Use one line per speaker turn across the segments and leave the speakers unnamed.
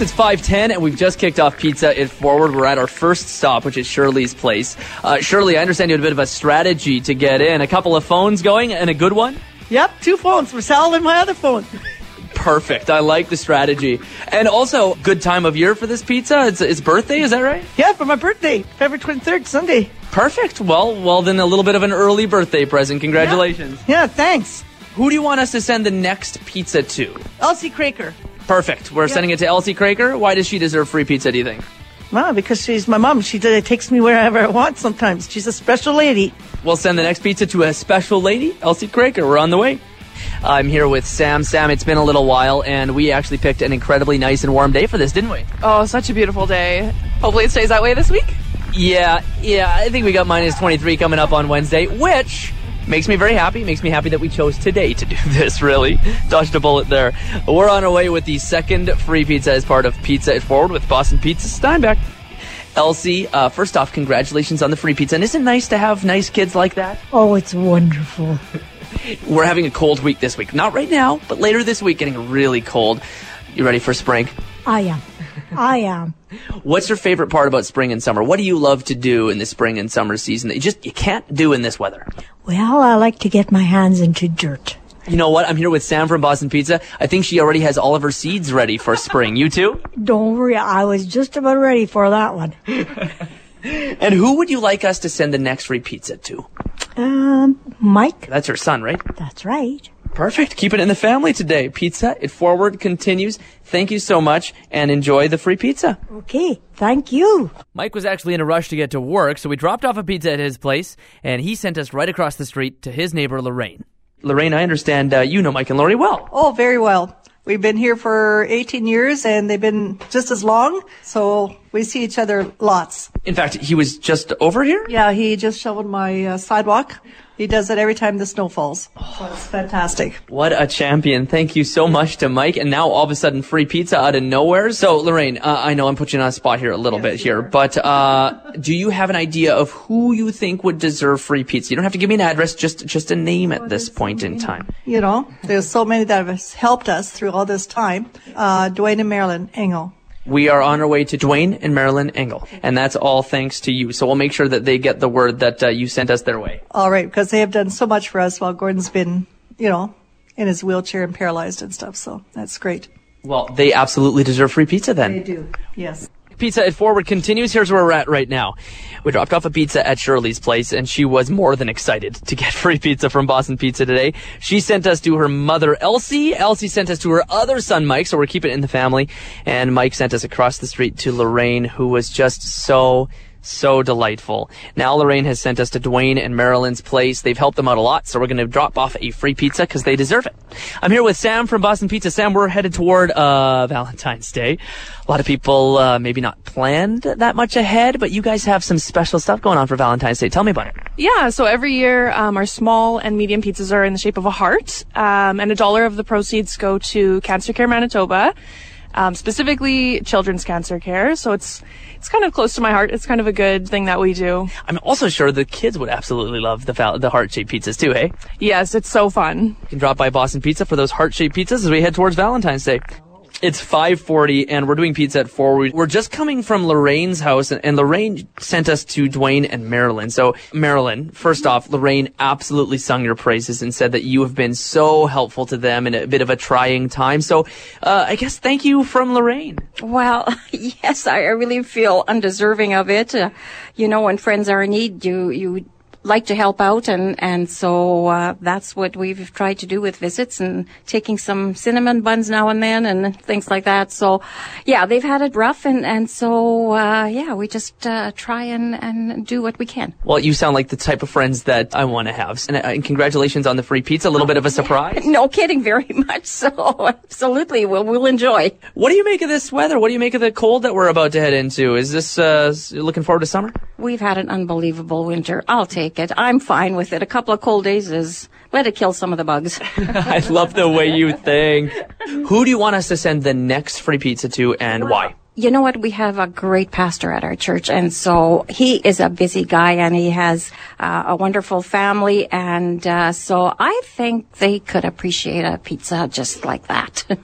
It's 5:10, and we've just kicked off Pizza It Forward. We're at our first stop, which is Shirley's place. Uh, Shirley, I understand you had a bit of a strategy to get in. A couple of phones going, and a good one.
Yep, two phones, Marcel and my other phone.
Perfect. I like the strategy, and also good time of year for this pizza. It's, it's birthday, is that right?
Yeah, for my birthday, February 23rd, Sunday.
Perfect. Well, well, then a little bit of an early birthday present. Congratulations.
Yeah, thanks.
Who do you want us to send the next pizza to?
Elsie Craker.
Perfect. We're
Yeah.
sending it to Elsie Craker. Why does she deserve free pizza? Do you think?
Well, because she's my mom. She uh, takes me wherever I want sometimes. She's a special lady.
We'll send the next pizza to a special lady, Elsie Craker. We're on the way. I'm here with Sam. Sam, it's been a little while, and we actually picked an incredibly nice and warm day for this, didn't we?
Oh, such a beautiful day. Hopefully it stays that way this week.
Yeah, yeah. I think we got minus 23 coming up on Wednesday, which makes me very happy. Makes me happy that we chose today to do this, really. Dodged a bullet there. We're on our way with the second free pizza as part of Pizza It Forward with Boston Pizza Steinbeck. Elsie, uh, first off, congratulations on the free pizza. And isn't it nice to have nice kids like that?
Oh, it's wonderful.
We're having a cold week this week. Not right now, but later this week, getting really cold. You ready for spring?
I am. I am.
What's your favorite part about spring and summer? What do you love to do in the spring and summer season that you just you can't do in this weather?
Well, I like to get my hands into dirt.
You know what? I'm here with Sam from Boston Pizza. I think she already has all of her seeds ready for spring. You too?
Don't worry, I was just about ready for that one.
And who would you like us to send the next free pizza to?
Um, Mike,
That's her son, right?
that's right.
Perfect. Keep it in the family today. Pizza It Forward continues. Thank you so much and enjoy the free pizza.
Okay, thank you.
Mike was actually in a rush to get to work, so we dropped off a pizza at his place, and he sent us right across the street to his neighbor, Lorraine. Lorraine, I understand uh, you know Mike and Lori well.
Oh, very well. We've been here for 18 years and they've been just as long. So we see each other lots.
In fact, he was just over here.
Yeah, he just shoveled my uh, sidewalk. He does it every time the snow falls. So it's fantastic.
What a champion. Thank you so much to Mike. And now all of a sudden free pizza out of nowhere. So Lorraine, uh, I know I'm putting you on a spot here a little bit here, but, uh, do you have an idea of who you think would deserve free pizza? You don't have to give me an address, just, Oh, just a name at this point in time.
You know, there's so many that have helped us through all this time. Uh, Dwayne and Marilyn Engel.
We are on our way to Dwayne and Marilyn Engel. And that's all thanks to you. So we'll make sure that they get the word that uh, you sent us their way.
All right, because they have done so much for us while Gordon's been, you know, in his wheelchair and paralyzed and stuff. So that's great.
Well, they absolutely deserve free pizza then.
do. Yes.
Pizza at Forward continues. Here's where we're at right now. We dropped off a pizza at Shirley's place and she was more than excited to get free pizza from Boston Pizza today. She sent us to her mother, Elsie. Elsie sent us to her other son, Mike, so we're keeping it in the family. And Mike sent us across the street to Lorraine, who was just so so delightful. Now Lorraine has sent us to Dwayne and Marilyn's place. They've helped them out a lot, so we're going to drop off a free pizza because they deserve it. I'm here with Sam from Boston Pizza. Sam, we're headed toward uh, Valentine's Day. A lot of people uh, maybe not planned that much ahead, but you guys have some special stuff going on for Valentine's Day. Tell me about it.
Yeah, so every year um, our small and medium pizzas are in the shape of a heart, um, and a dollar of the proceeds go to Cancer Care Manitoba, um, specifically children's cancer care. So it's it's kind of close to my heart. It's kind of a good thing that we do.
I'm also sure the kids would absolutely love the val- the heart shaped pizzas too. Hey,
Yes, it's so fun.
you can drop by Boston Pizza for those heart shaped pizzas as we head towards Valentine's Day. It's 5:40, and we're doing pizza at four. We- We're just coming from Lorraine's house, and, and Lorraine sent us to Dwayne and Marilyn. So, Marilyn, first off, Lorraine absolutely sung your praises and said that you have been so helpful to them in a bit of a trying time. So, uh, I guess thank you from Lorraine.
Well, yes, I I really feel undeserving of it. Uh, you know, when friends are in need, you you like to help out, and and so uh, that's what we've tried to do with visits and taking some cinnamon buns now and then and things like that. So, yeah, they've had it rough, and and so uh, yeah, we just uh, try and and do what we can.
Well, you sound like the type of friends that I want to have. And, uh, and congratulations on the free pizza. A little bit of a surprise.
No kidding, very much so. Absolutely, we'll we'll enjoy.
What do you make of this weather? What do you make of the cold that we're about to head into? Is this uh, s- looking forward to summer?
We've had an unbelievable winter. I'll take it. I'm fine with it. A couple of cold days is let it kill some of the bugs.
I love the way you think. Who do you want us to send the next free pizza to and why?
you know what? We have a great pastor at our church, and so he is a busy guy, and he has uh, a wonderful family, and uh, so I think they could appreciate a pizza just like that.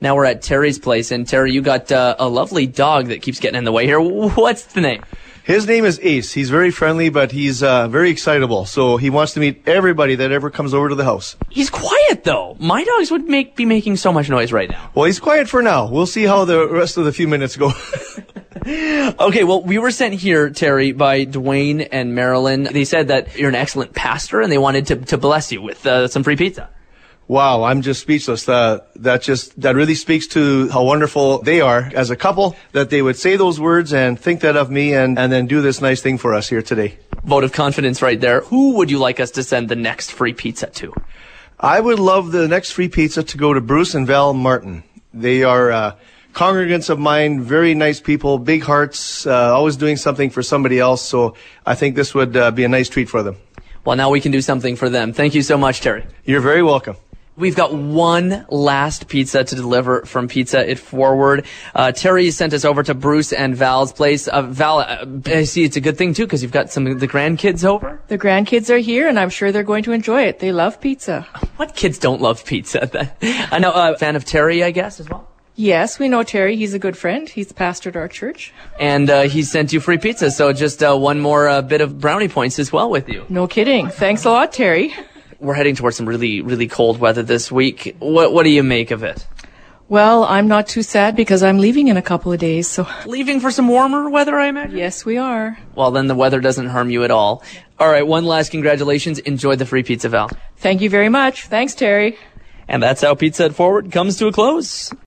Now we're at Terry's place, and Terry, you got uh, a lovely dog that keeps getting in the way here. What's the name?
His name is Ace. He's very friendly, but he's uh, very excitable. So he wants to meet everybody that ever comes over to the house.
He's quiet though. My dogs would make be making so much noise right now.
Well, he's quiet for now. We'll see how the rest of the few minutes go.
Okay, well, we were sent here, Terry, by Dwayne and Marilyn. They said that you're an excellent pastor, and they wanted to to bless you with uh, some free pizza.
wow, I'm just speechless. Uh, that just that really speaks to how wonderful they are as a couple that they would say those words and think that of me and and then do this nice thing for us here today.
Vote of confidence right there. Who would you like us to send the next free pizza to?
I would love the next free pizza to go to Bruce and Val Martin. They are uh, congregants of mine, very nice people, big hearts, uh, always doing something for somebody else. So I think this would uh, be a nice treat for them.
Well, now we can do something for them. Thank you so much, Terry.
You're very welcome.
We've got one last pizza to deliver from Pizza It Forward. Uh, Terry sent us over to Bruce and Val's place. Uh, Val, uh, I see it's a good thing too because you've got some of the grandkids over.
The grandkids are here, and I'm sure they're going to enjoy it. They love pizza.
What kids don't love pizza? I know a fan of Terry, I guess, as well.
Yes, we know Terry. He's a good friend. He's pastored our church.
And uh, he sent you free pizza, so just uh, one more uh, bit of brownie points as well with you.
No kidding. Thanks a lot, Terry.
We're heading towards some really, really cold weather this week. What, what do you make of it?
Well, I'm not too sad because I'm leaving in a couple of days, so
Leaving for some warmer weather, I imagine.
yes, we are.
Well, then the weather doesn't harm you at all. All right, one last congratulations. Enjoy the free pizza, Val.
Thank you very much. Thanks, Terry.
And that's how Pizza It Forward comes to a close.